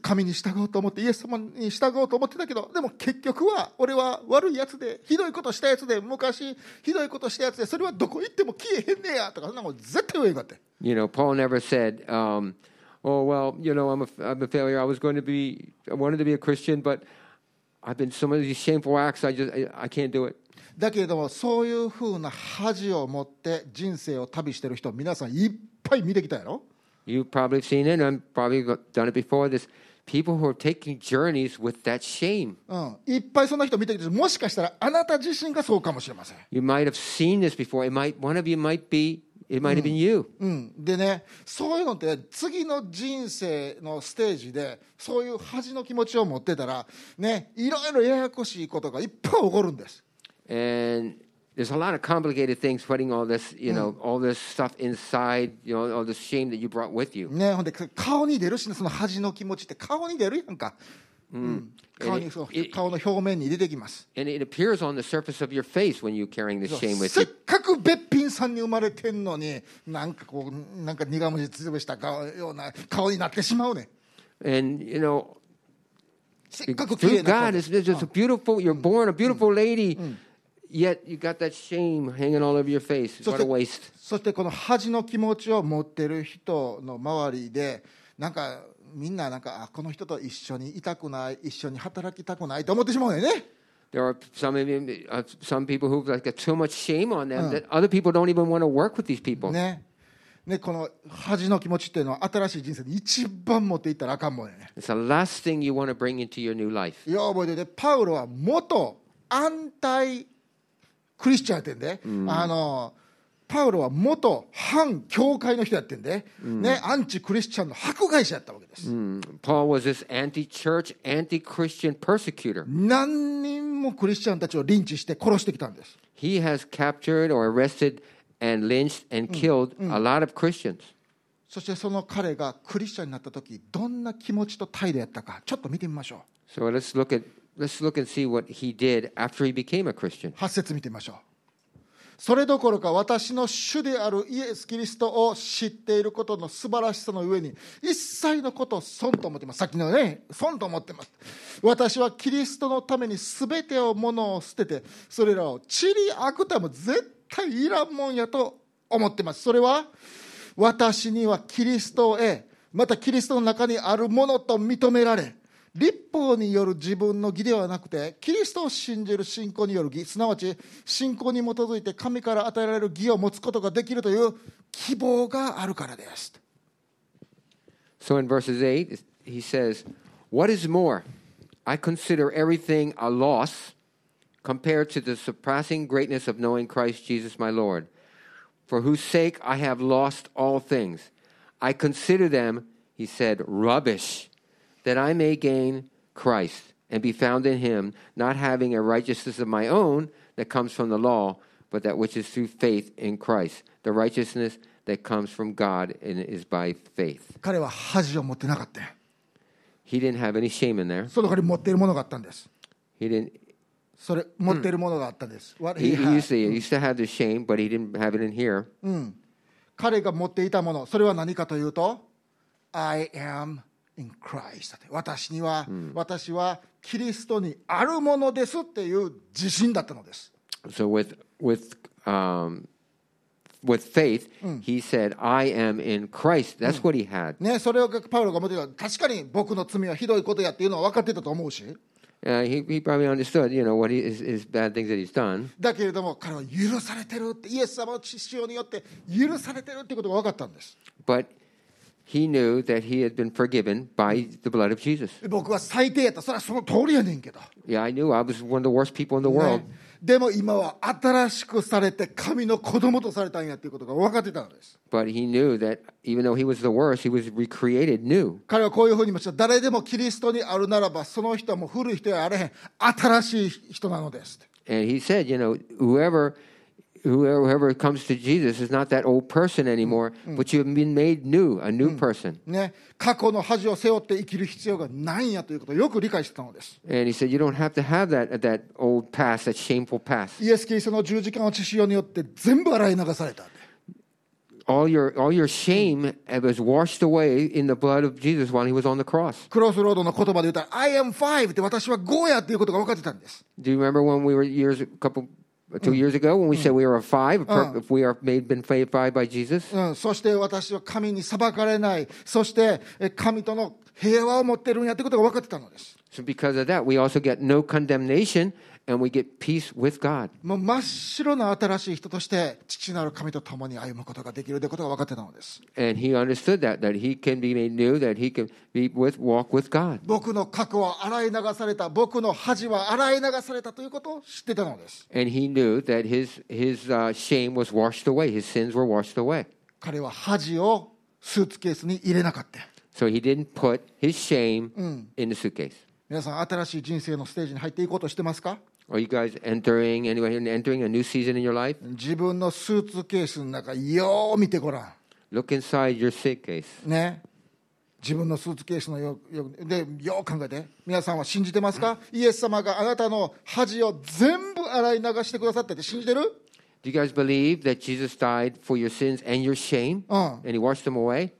Speaker 1: 神に従おうと思って、イエス様に従おうと思ってたけど、でも結局は、俺は悪いやつで、ひどいことしたやつで、昔、ひどいことしたやつで、それはどこ行っても消えへんねやとか、そんなこと絶対言えへんかったよ
Speaker 2: You know, Paul never said, um, oh, well, you know, I'm a, I'm a failure. I was going to be, I wanted to be a Christian, but I've been so many of these shameful acts, I just, I, I can't do it.
Speaker 1: だけれども、そういうふうな恥を持って人生を旅してる人、皆さんいっぱい見てきたやろ
Speaker 2: You've probably seen it, and I've probably done it before. This people who are taking journeys with that shame.
Speaker 1: うん、いっぱいそんな人見てきてもしかしたらあなた自身がそうかもしれません、
Speaker 2: You might have seen this before. It might, one of you might be, it might have been you.
Speaker 1: うん、でねそういうのって次の人生のステージでそういう恥の気持ちを持ってたらねいろいろややこしいことがいっぱい起こるんです、
Speaker 2: and there's a lot of complicated things putting all this you know all this stuff inside you know all this shame that you brought with you
Speaker 1: ね、ほんで顔に出るしねその恥の気持ちって顔に出るやんか、うん、顔にそう
Speaker 2: ええ
Speaker 1: 顔の表面に出てきます
Speaker 2: and it appears on the surface of your face when you're carrying this shame with
Speaker 1: せっ
Speaker 2: you
Speaker 1: かくべっぴんさんに生まれてんのになんかこうなんか苦虫つぶした顔ような顔になってしまうねん
Speaker 2: and you know
Speaker 1: せっかく綺
Speaker 2: through
Speaker 1: 麗な顔
Speaker 2: god it's it's
Speaker 1: Oh.
Speaker 2: just a beautiful you're born a beautiful lady yet you got that shame hanging all over your face what a
Speaker 1: そ
Speaker 2: waste
Speaker 1: してそしてこの恥の気持ちを持ってる人の周りでなんかみんななんかあこの人と一緒にいたくない一緒に働きたくないと思ってしまうのよね
Speaker 2: there are some of you, uh, some people who've like got so much shame on them that other people don't even want to work with these people
Speaker 1: ねねこの恥の気持ちっていうのは新しい人生に一番持っていったらあかんもんやね
Speaker 2: it's the last thing you want to bring into your new life
Speaker 1: よう覚えててパウロは元安泰クリスチャンやってんで、あのパウロは元反教会の人やってんで、ね、アンチクリスチャンの迫害者やったわけです、
Speaker 2: Mm. Paul was this anti church, anti Christian
Speaker 1: Mm.
Speaker 2: persecutor.
Speaker 1: 何人もクリスチャンたちをリンチして殺してきたんです
Speaker 2: He has captured or arrested and lynched and killed a lot of Christians.
Speaker 1: そしてその彼がクリスチャンになった時どんな気持ちと態度やったかちょっと見てみましょ
Speaker 2: So let's look at let's look and see what he did after he became a Christian.
Speaker 1: う8節見てみましょうそれどころか私の主であるイエス・キリストを知っていることの素晴らしさの上に一切のことを損と思ってますさっきのね損と思ってます私はキリストのために全てをものを捨ててそれらを塵あくたも絶対いらんもんやと思ってますそれは私にはキリストを得またキリストの中にあるものと認められ立法による自分の義ではなくてキリストを信じる信仰による義すなわち信仰に基づいて神から与えられる義を持つことができるという希望があるからです
Speaker 2: So in verses eight he says, What is more, I consider everything a loss compared to the surpassing greatness of knowing Christ Jesus my Lord, for whose sake I have lost all things. I consider them, he said, rubbish, that I may gain Christ and be found in him, not having a righteousness of my own that comes from the law, but that which is through faith in Christ, the righteousness that comes from God and is by faith.
Speaker 1: 彼は恥を持ってなかった
Speaker 2: He didn't have any shame in there.
Speaker 1: その代わり持っているものがあったんです
Speaker 2: He didn't.
Speaker 1: それ持っているものがあったんです、What he
Speaker 2: He, he
Speaker 1: had.
Speaker 2: used to he used to have the shame, but he didn't have it in here.
Speaker 1: うん、彼が持っていたものそれは何かというと「I am in Christ」だって私には、私はキリストにあるものですっていう自信だったのです
Speaker 2: So with with um, with faith, he said, "I am in Christ." That's what he had.
Speaker 1: ね、それをパウロが持っていた確かに僕の罪はひどいことやっていうのは分かってたと思うし
Speaker 2: Uh, he, he probably understood, you know, what he, his, his bad things that he's done.
Speaker 1: だけれども彼は許されてるってイエス様の父親によって許されてるってことが分かったんです
Speaker 2: But he knew that he had been forgiven by the blood of Jesus.
Speaker 1: 僕は最低やったそれはその通りやねんけど
Speaker 2: Yeah, I knew I was one of the worst people in the world.
Speaker 1: ねでも今は新しくされて神の子供とされたんやっていうことが分かってたのです
Speaker 2: But he knew that even though he was the worst, he was recreated new.
Speaker 1: 彼はこういうふうに言いました誰でもキリストにあるならばその人はもう古い人やあれへん新しい人なのですって
Speaker 2: And he said, you know, whoever whoever, whoever comes to Jesus is not that old person anymore, but you have been made new, a new person.
Speaker 1: ね、過去の恥を背負って生きる必要がないんやということをよく理解してたのです
Speaker 2: And he said, you don't have to have that that old past, that shameful past.
Speaker 1: イエス・キリストの十字架の血潮によって全部洗い流されたんで
Speaker 2: All your all your shame was washed away in the blood of Jesus while he was on the cross.
Speaker 1: クロスロードの言葉で言ったら「I am five」って私は5やっていうことが分かってたんです
Speaker 2: Do you remember when we were years a couple two years ago when we said we were a five? If we are made been made five by Jesus.
Speaker 1: うん、そして私は神に裁かれない、そしてえ神との平和を持ってるんやということが分かってたのです。
Speaker 2: So because of that, we also get no condemnation and we get peace with God.
Speaker 1: もう真っ白な新しい人として、父なる神と共に歩むことができるということが分かってたのです。
Speaker 2: And he understood that that he can be made new, that he can be with walk with God.
Speaker 1: 僕の過去は洗い流された、僕の恥は洗い流されたということを知ってたのです。
Speaker 2: And he knew that his his uh, shame was washed away, his sins were washed away.
Speaker 1: 彼は恥をスーツケースに入れなかった。
Speaker 2: So he didn't put his shame in the suitcase.
Speaker 1: 皆さん、新しい人生のステージに入っていこうとしてますか
Speaker 2: Are you guys entering anyway entering a new season in your life?
Speaker 1: 自分のスーツケースの中、よう見てごらん。
Speaker 2: Look inside your suitcase.
Speaker 1: ね自分のスーツケースのよよでよう考えて皆さんは信じてますか、イエス様があなたの恥を全部洗い流してくださってって信じてる
Speaker 2: Do you guys believe that Jesus died for your sins and your shame?
Speaker 1: Uh.
Speaker 2: And he washed them away?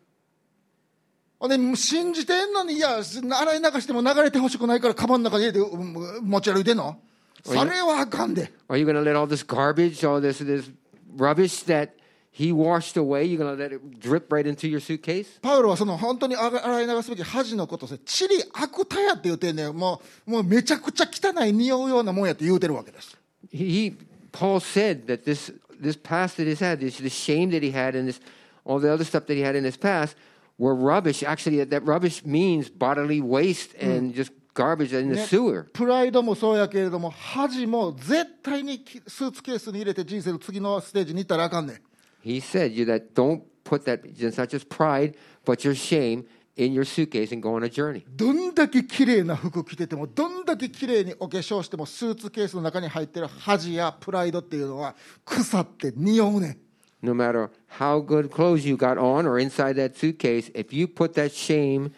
Speaker 1: ほんで信じてんのにいや洗い流しても流れてほしくないからカバンの中に入れてうん持ち歩いてんのそれはあかんで
Speaker 2: Are you going to let all this garbage, all this this rubbish that he washed away, you're going to let it drip right into your suitcase?
Speaker 1: パウロはその本当にあが洗い流すべき恥のことをチリアクタヤって言うてんねんもうもうめちゃくちゃ汚い匂うようなもんやって言うてるわけです。
Speaker 2: He, he Paul said that this this past that he's had, this the shame that he had, and this all the other stuff that he had in his past were rubbish. Actually, that, that rubbish means bodily waste and just garbage in the sewer.
Speaker 1: プライドもそうやけれども恥も絶対にきスーツケースに入れて人生の次のステージに行ったらあかんねん
Speaker 2: He said you that don't put that. It's not just pride, but your shame in your suitcase and go on a journey.
Speaker 1: どんだけ綺麗な服着ててもどんだけ綺麗にお化粧してもスーツケースの中に入ってる恥やプライドっていうのは腐って匂うねん
Speaker 2: No matter how good clothes you got on or inside that suitcase, if you put that shame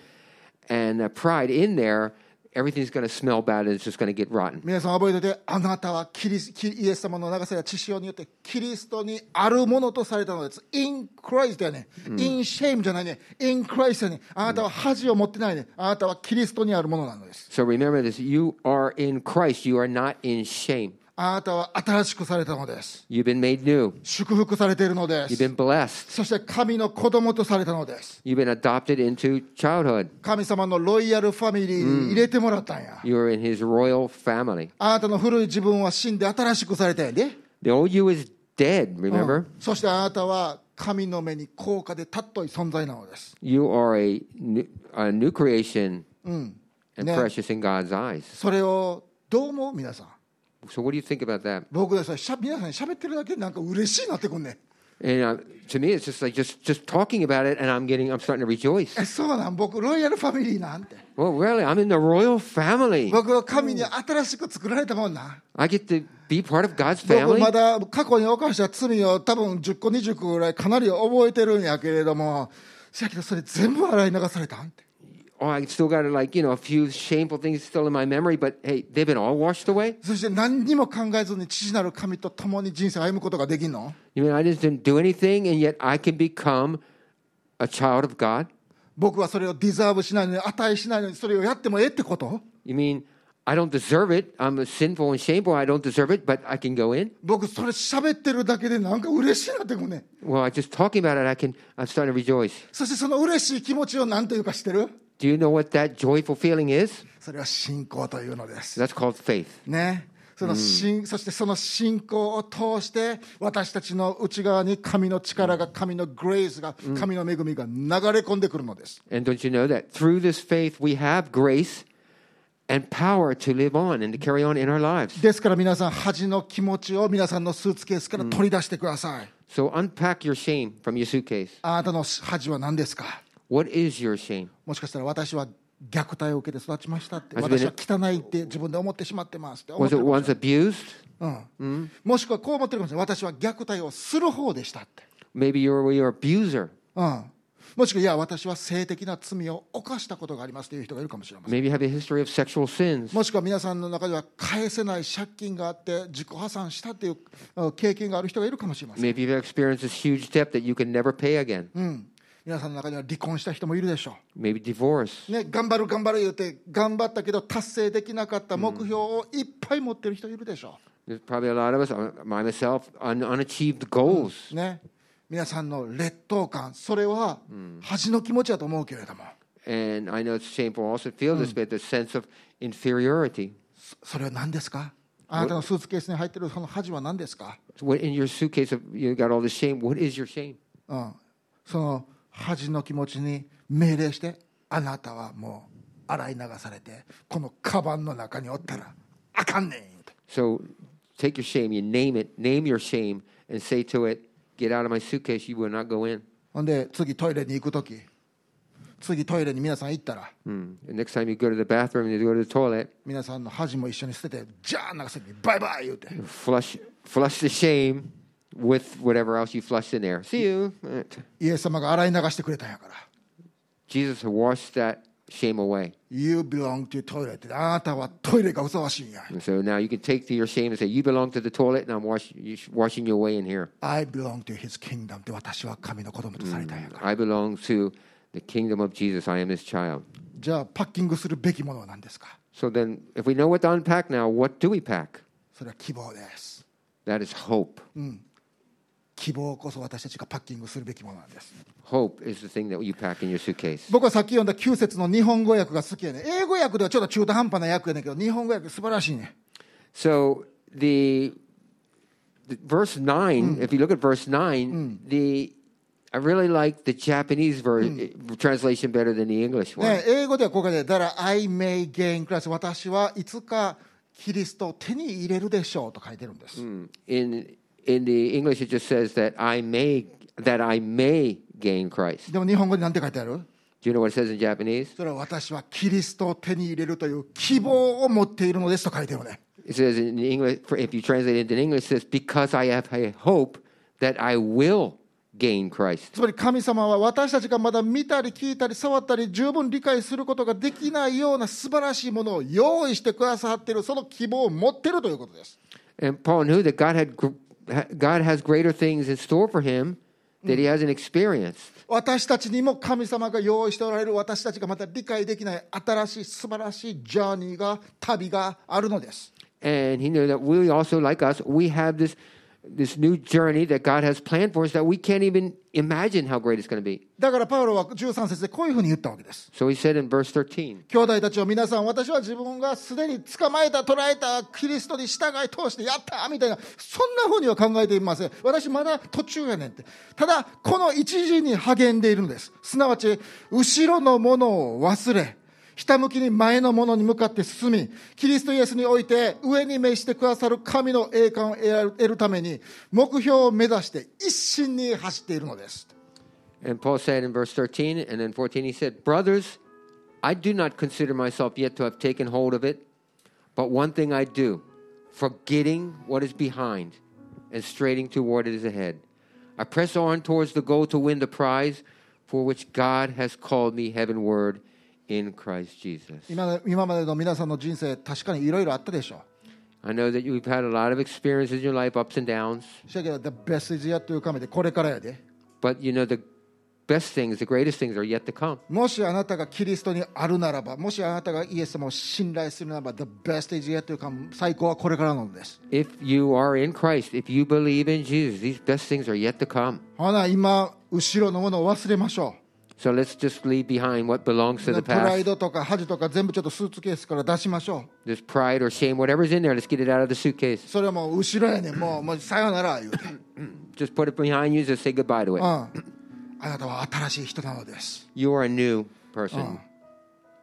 Speaker 2: and that pride in there, everything's going to smell bad and it's just going to get rotten.
Speaker 1: 皆さん覚えててあなたはキリスキリイエス様の長さや血潮によってキリストにあるものとされたのです in Christ やね、ん、in shame じゃないね in Christ やねあなたは恥を持ってないねあなたはキリストにあるものなのです
Speaker 2: So remember this you are in Christ, you are not in shame.
Speaker 1: あなたは新しくされたのです。
Speaker 2: You've been made new,
Speaker 1: 祝福されているので
Speaker 2: you've
Speaker 1: す
Speaker 2: been。blessed,
Speaker 1: そして神の子供とされたのです。
Speaker 2: you've been adopted into childhood,
Speaker 1: 神様のロイヤルファミリーに入れてもらったんや。
Speaker 2: you're in his royal family.
Speaker 1: あなたの古い自分は死んで新しくされたんやで。Oh.
Speaker 2: The old you is dead, remember?
Speaker 1: そしてあなたは神の目に高価で尊い存在なのです、
Speaker 2: You are a new, a new creation
Speaker 1: うん、
Speaker 2: and
Speaker 1: Yeah.
Speaker 2: precious in God's eyes.
Speaker 1: それをどうも皆さん
Speaker 2: So, what do you think about that?
Speaker 1: 僕ですねしゃ皆さんに喋ってるだけでなんか嬉しいなってくんねん
Speaker 2: And uh, to me, it's just like just just talking about it, and I'm getting I'm starting to rejoice.
Speaker 1: えそうなん僕ロイヤルファミリーなんて
Speaker 2: Well, really, I'm in the royal family.
Speaker 1: 僕は神に新しく作られたもんな
Speaker 2: I get to be part of God's
Speaker 1: 僕
Speaker 2: family.
Speaker 1: まだ過去に犯した罪を多分10個20個ぐらいかなり覚えてるんやけれどもせやけどそれ全部洗い流されたんって
Speaker 2: Oh, I still got like you know a few shameful things still in my memory, but hey, they've been all washed away.
Speaker 1: そして何にも考えずに父なる神と共に人生を歩むことができんの
Speaker 2: You mean I just didn't do anything, and yet I can become a child of God?
Speaker 1: 僕はそれをディザーブしないのに値しないのにそれをやってもええってこと
Speaker 2: You mean I don't deserve it? I'm sinful and shameful. I don't deserve it, but I can go in.
Speaker 1: 僕それ喋ってるだけでなんか嬉しいなってくんねん
Speaker 2: Well, I just talking about it. I can. I'm starting to rejoice.
Speaker 1: そしてその嬉しい気持ちを何というか知ってる
Speaker 2: Do you know what that joyful feeling is?
Speaker 1: それは信仰というのです。
Speaker 2: That's called faith.
Speaker 1: ね。その信そしてその信仰を通して私たちの内側に神の力が、神のグレイスが、神の恵みが流れ込んでくるのです。
Speaker 2: And don't you know that through this faith we have grace and power to live on and to carry on in our lives?
Speaker 1: ですから皆さん、恥の気持ちを皆さんのスーツケースから取り出してください。
Speaker 2: So unpack your shame from your suitcase.
Speaker 1: あなたの恥は何ですか
Speaker 2: What is your shame?
Speaker 1: もしかしたら私は虐待を受けて育ちましたって、
Speaker 2: 初め
Speaker 1: 私
Speaker 2: に
Speaker 1: は汚いって自分で思ってしまってますって思っ
Speaker 2: Was
Speaker 1: て
Speaker 2: it once abused?
Speaker 1: うん、もしくはこう思ってるかもしれない。私は虐待をする方でしたって。
Speaker 2: Maybe you were your abuser.
Speaker 1: うん、もしくは、いや、私は性的な罪を犯したことがありますという人がいるかもしれません。
Speaker 2: Maybe you have a history of sexual sins.
Speaker 1: もしくは皆さんの中では返せない借金があって自己破産したといううん経験がある人がいるかもしれません。
Speaker 2: Maybe you've experienced this huge debt that you can never pay again.
Speaker 1: うん、皆さんの中には離婚した人もいるでしょ
Speaker 2: Maybe divorce.
Speaker 1: う。ね、頑張る頑張る言うて頑張ったけど達成できなかった目標をいっぱい持ってる人いるでしょ
Speaker 2: There's probably a lot of us, uh, my- myself, un- unachieved goals.
Speaker 1: う。ね、皆さんの劣等感それは恥の気持ちだと思うけれども
Speaker 2: And I know it's shameful also to feel this, but the sense of inferiority.
Speaker 1: そそれは何ですかあなたのスーツケースに入ってるその恥は何ですか
Speaker 2: So What in your suitcase of you got all this shame? What is your shame?
Speaker 1: うん、その恥の気持ちに命令してあなたはもう洗い流されてこのカバンの中におったらあかんねんって
Speaker 2: So take your shame, you name it, name your shame, and say to it, "Get out of my suitcase. You will not go in."
Speaker 1: ほんで次トイレに行く時次トイレに皆さん行ったら
Speaker 2: Mm. The next time you go to the bathroom, you go to the toilet,
Speaker 1: 皆さんの恥も一緒に捨ててじゃあ流せにバイバイ言うて
Speaker 2: flush, flush the shame with whatever else you flushed in there. See you. Eh.
Speaker 1: イエス様が洗い流してくれたんやから
Speaker 2: Jesus washed that shame away,
Speaker 1: You belong to toilet ってあなたはトイレがふさわしいんや
Speaker 2: and so now you can take to your shame and say, "You belong to the toilet, and I'm wash, you- washing you away in here.
Speaker 1: I belong to his kingdom って私は神の子供とされたんやから、
Speaker 2: I belong to the kingdom of Jesus. I am His child."
Speaker 1: じゃあパッキングするべきものは何ですか
Speaker 2: So then, if we know what to unpack now, what do we pack?
Speaker 1: それは希望です
Speaker 2: That is hope.
Speaker 1: 希望こそ私たちがパッキングするべきものなんです。
Speaker 2: Hope is the thing that you pack in your suitcase.
Speaker 1: 僕はさっき読んだ9節の日本語訳が好きやね英語訳ではちょっと中途半端な訳やねんけど、日本語訳素晴らしいね。
Speaker 2: So the, the verse nine. If you look at verse nine, the I really like the Japanese ver- eh, translation better than the English one.
Speaker 1: ね英語ではこう書いてある、だから I may gain Christ 私はいつかキリストを手に入れるでしょうと書いてるんです。
Speaker 2: Mm. In in the English, it just says that I may that I may gain Christ.
Speaker 1: でも日本語で何て書いてある
Speaker 2: Do you know what it says in Japanese?
Speaker 1: それは私はキリストを手に入れるという希望を持っているのですと書いてるね。
Speaker 2: It says in English, for- if you translate it in English, it says, Because I have a hope that I will gain Christ.
Speaker 1: つまり神様は私たちがまだ見たり聞いたり触ったり十分理解することができないような素晴らしいものを用意してくださっているその希望を持っているということです。
Speaker 2: And Paul knew that God, had, gr- ha- God has greater things in store for him that he hasn't experienced.
Speaker 1: 私たちにも神様が用意しておられる私たちがまた理解できない新しい素晴らしいジャーニーが旅があるのです。
Speaker 2: And he knew that we also, like us, we have this this new journey that God has planned for us that we can't even imagine how great it's going to be.
Speaker 1: だからパウロは13節でこういうふうに言ったわけです。
Speaker 2: So he said in verse 13,
Speaker 1: 兄弟たちを皆さん、私は自分がすでに捕まえた、捕らえた、キリストに従い通してやったみたいな、そんなふうには考えていません。私、まだ途中やねんって。ただ、この一時に励んでいるんです。すなわち、後ろのものを忘れ、ひたむきに前のものに向かって進み、キリストイエスにおいて上に召してくださる神の栄冠を得られ得るために、目標を目指して一心に走っているのです。
Speaker 2: and Paul said in verse 13, and then 14, he said, Brothers, I do not consider myself yet to have taken hold of it, but one thing I do, forgetting what is behind and straining toward what is ahead. I press on towards the goal to win the prize for which God has called me heavenward in Christ Jesus.
Speaker 1: 今今までの皆さんの人生、確かにいろいろあったでしょう。
Speaker 2: I know that you've had a lot of experiences in your life, ups and downs.
Speaker 1: しやけど、The best is yet to come で、これからやで。
Speaker 2: But you know, the best things, the greatest things are yet to come.
Speaker 1: もしあなたがキリストにあるならば、もしあなたがイエス様を信頼するならば、The best is yet to come 最高はこれからなのです。
Speaker 2: If you are in Christ, if you believe in Jesus, these best things are yet to come.
Speaker 1: ほな、今、後ろのものを忘れましょ
Speaker 2: So let's just leave behind what belongs to
Speaker 1: う。
Speaker 2: the
Speaker 1: プライ
Speaker 2: past.
Speaker 1: ドとか恥とか全部ちょっとスーツケースから出しましょ
Speaker 2: This pride or shame, whatever's in there, let's get it out of the
Speaker 1: う。
Speaker 2: suitcase.
Speaker 1: それはもう後ろやねん。もう、もうさよなら言う て。
Speaker 2: Just put it behind you, just say goodbye to
Speaker 1: うん。
Speaker 2: it.
Speaker 1: あなたは新しい人なのです。
Speaker 2: You are a new person.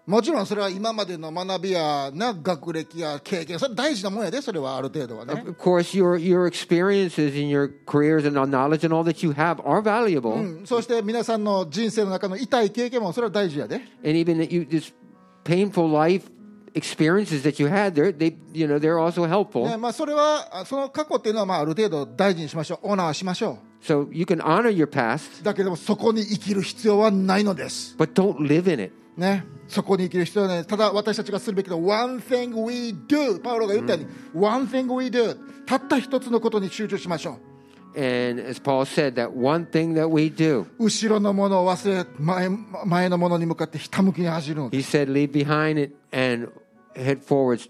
Speaker 1: もちろんそれは今までの学びやな学歴や経験、それ大事なもんやで、それはある程度はね。
Speaker 2: Of course, your, your experiences and your careers and your knowledge and all that you have are valuable.
Speaker 1: うんそして皆さんの人生の中の痛い経験もそれは大事やで。
Speaker 2: and even that you this painful life experiences that you had they're they you know they're also helpful
Speaker 1: ねまあ、それはあその過去っていうのはまあある程度大事にしましょうオーナーしましょ
Speaker 2: so you can honor your past
Speaker 1: うだけどもそこに生きる必要はないのです、
Speaker 2: but don't live in it
Speaker 1: ね、そこに生きる必要はないただ私たちがするべきの One thing we do パウロが言ったように、One thing we do たった一つのことに集中しましょ
Speaker 2: and as paul said that one thing that we do
Speaker 1: う後ろのものを忘れ前前のものに向かってひたむきに走るのです
Speaker 2: he said leave behind it and head forwards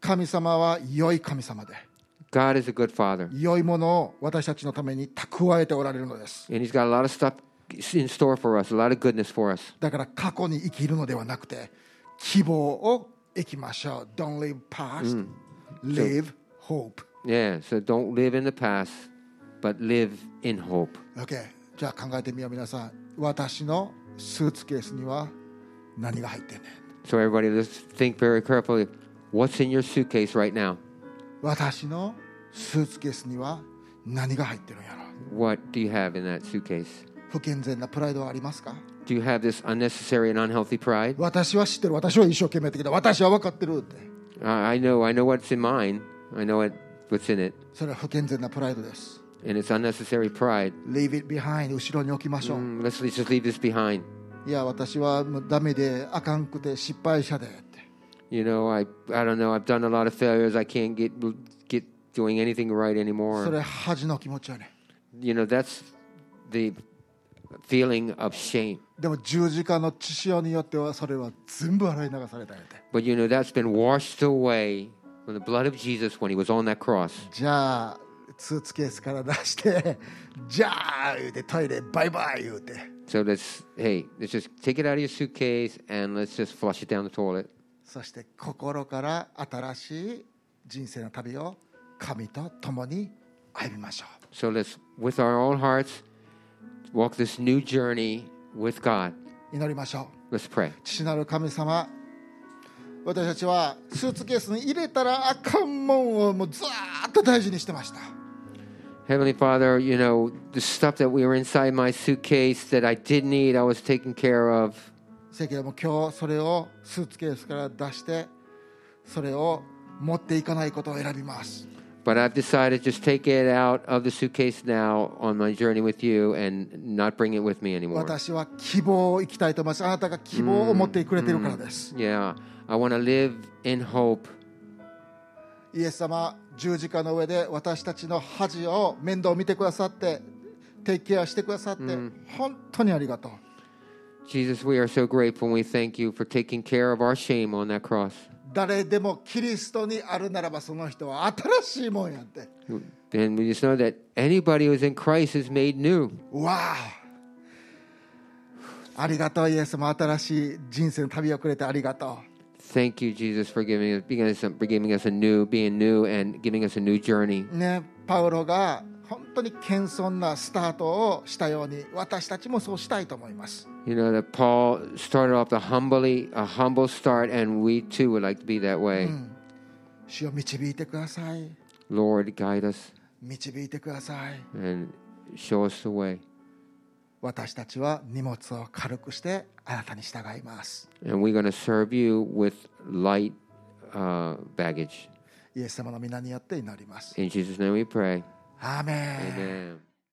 Speaker 1: 神様は良い神様で
Speaker 2: god is a good father
Speaker 1: 良いものを私たちのために蓄えておられるのです
Speaker 2: and he's got a lot of stuff in store for us a lot of goodness for us
Speaker 1: だから過去に生きるのではなくて希望を生きましょう。Don't live past,、live hope.
Speaker 2: yeah so don't live in the past but live in hope
Speaker 1: Okay. じゃあ考えてみよう皆さん。私のスーツケースには何が入ってんねん。
Speaker 2: so everybody let's think very carefully what's in your suitcase right now
Speaker 1: 私のスーツケースには何が入ってるんやろ。
Speaker 2: What do you have in that suitcase?
Speaker 1: 不健全なプライドはありますか
Speaker 2: Do you have this unnecessary and unhealthy pride?
Speaker 1: 私は知ってる。私は一生懸命やってきた。私は分かってるって。
Speaker 2: Uh, I know, I know what's in mine. I know what, what's in it,
Speaker 1: それは不健全なプライドです。
Speaker 2: and it's unnecessary pride.
Speaker 1: Leave it behind. 後ろに置きましょう。
Speaker 2: Mm, let's, let's just leave this behind.
Speaker 1: いや、私はもうダメで、あかんくて、失敗者でって。
Speaker 2: You know, I, I don't know. I've done a lot of failures. I can't get get doing anything right
Speaker 1: そ
Speaker 2: anymore.
Speaker 1: れ恥の気持ちやね
Speaker 2: You know, that's the feeling of shame.
Speaker 1: でも十字架の血潮によってはそれは全部洗い流されたんやて
Speaker 2: But you know, that's been washed away with the blood of Jesus when He was on that cross.
Speaker 1: じゃあスーツケースから出して じゃあ言うてトイレバイバイ言うて
Speaker 2: So let's, hey, let's just take it out of your suitcase and let's just flush it down the toilet.
Speaker 1: そして心から新しい人生の旅を神と共に歩みましょ
Speaker 2: So let's, with our own hearts, walk this new journey with God.
Speaker 1: う祈りましょう
Speaker 2: Let's pray.
Speaker 1: 父なる神様私たちはスーツケースに入れたらあかんもんをもうずーっと大事にしてました
Speaker 2: Heavenly Father, you know, the stuff that we were inside my suitcase that I did need, I was taken care of.
Speaker 1: せやけども今日それをスーツケースから出してそれを持っていかないことを選びます
Speaker 2: But I've decided just take it out of the suitcase now on my journey with you and not bring it with me anymore.
Speaker 1: 私は希望を生きたいと思いますあなたが希望を持ってくれてるからです、
Speaker 2: Yeah, I want to live in hope.
Speaker 1: イエス様十字架の上で私たちの恥を面倒を見てくださってテイクケアしてくださって、本当にありがとう
Speaker 2: Jesus, we are so grateful and we thank you for taking care of our shame on that cross.
Speaker 1: 誰でもキリストにあるならばその人は新しいもんやって
Speaker 2: Then we just know that anybody who's in Christ is made new.
Speaker 1: わあありがとうイエスも新しい人生の旅をくれてありがと
Speaker 2: Thank you, Jesus, for giving us, being us, for giving us a new, being new, and giving us a new journey.
Speaker 1: うねパウロが本当に謙遜なスタートをしたように私たちもそうしたいと思います
Speaker 2: You know that Paul started off the humbly, a humble start, and we too would like to be that way.
Speaker 1: 主を導いてください
Speaker 2: Lord, guide us
Speaker 1: 導いてください
Speaker 2: and show us the way.
Speaker 1: 私たちは荷物を軽くしてあなたに従います
Speaker 2: And we're going to serve you with light uh, baggage.
Speaker 1: イエス様の皆によって祈ります
Speaker 2: In Jesus' name, we pray.
Speaker 1: アーメン
Speaker 2: Amen.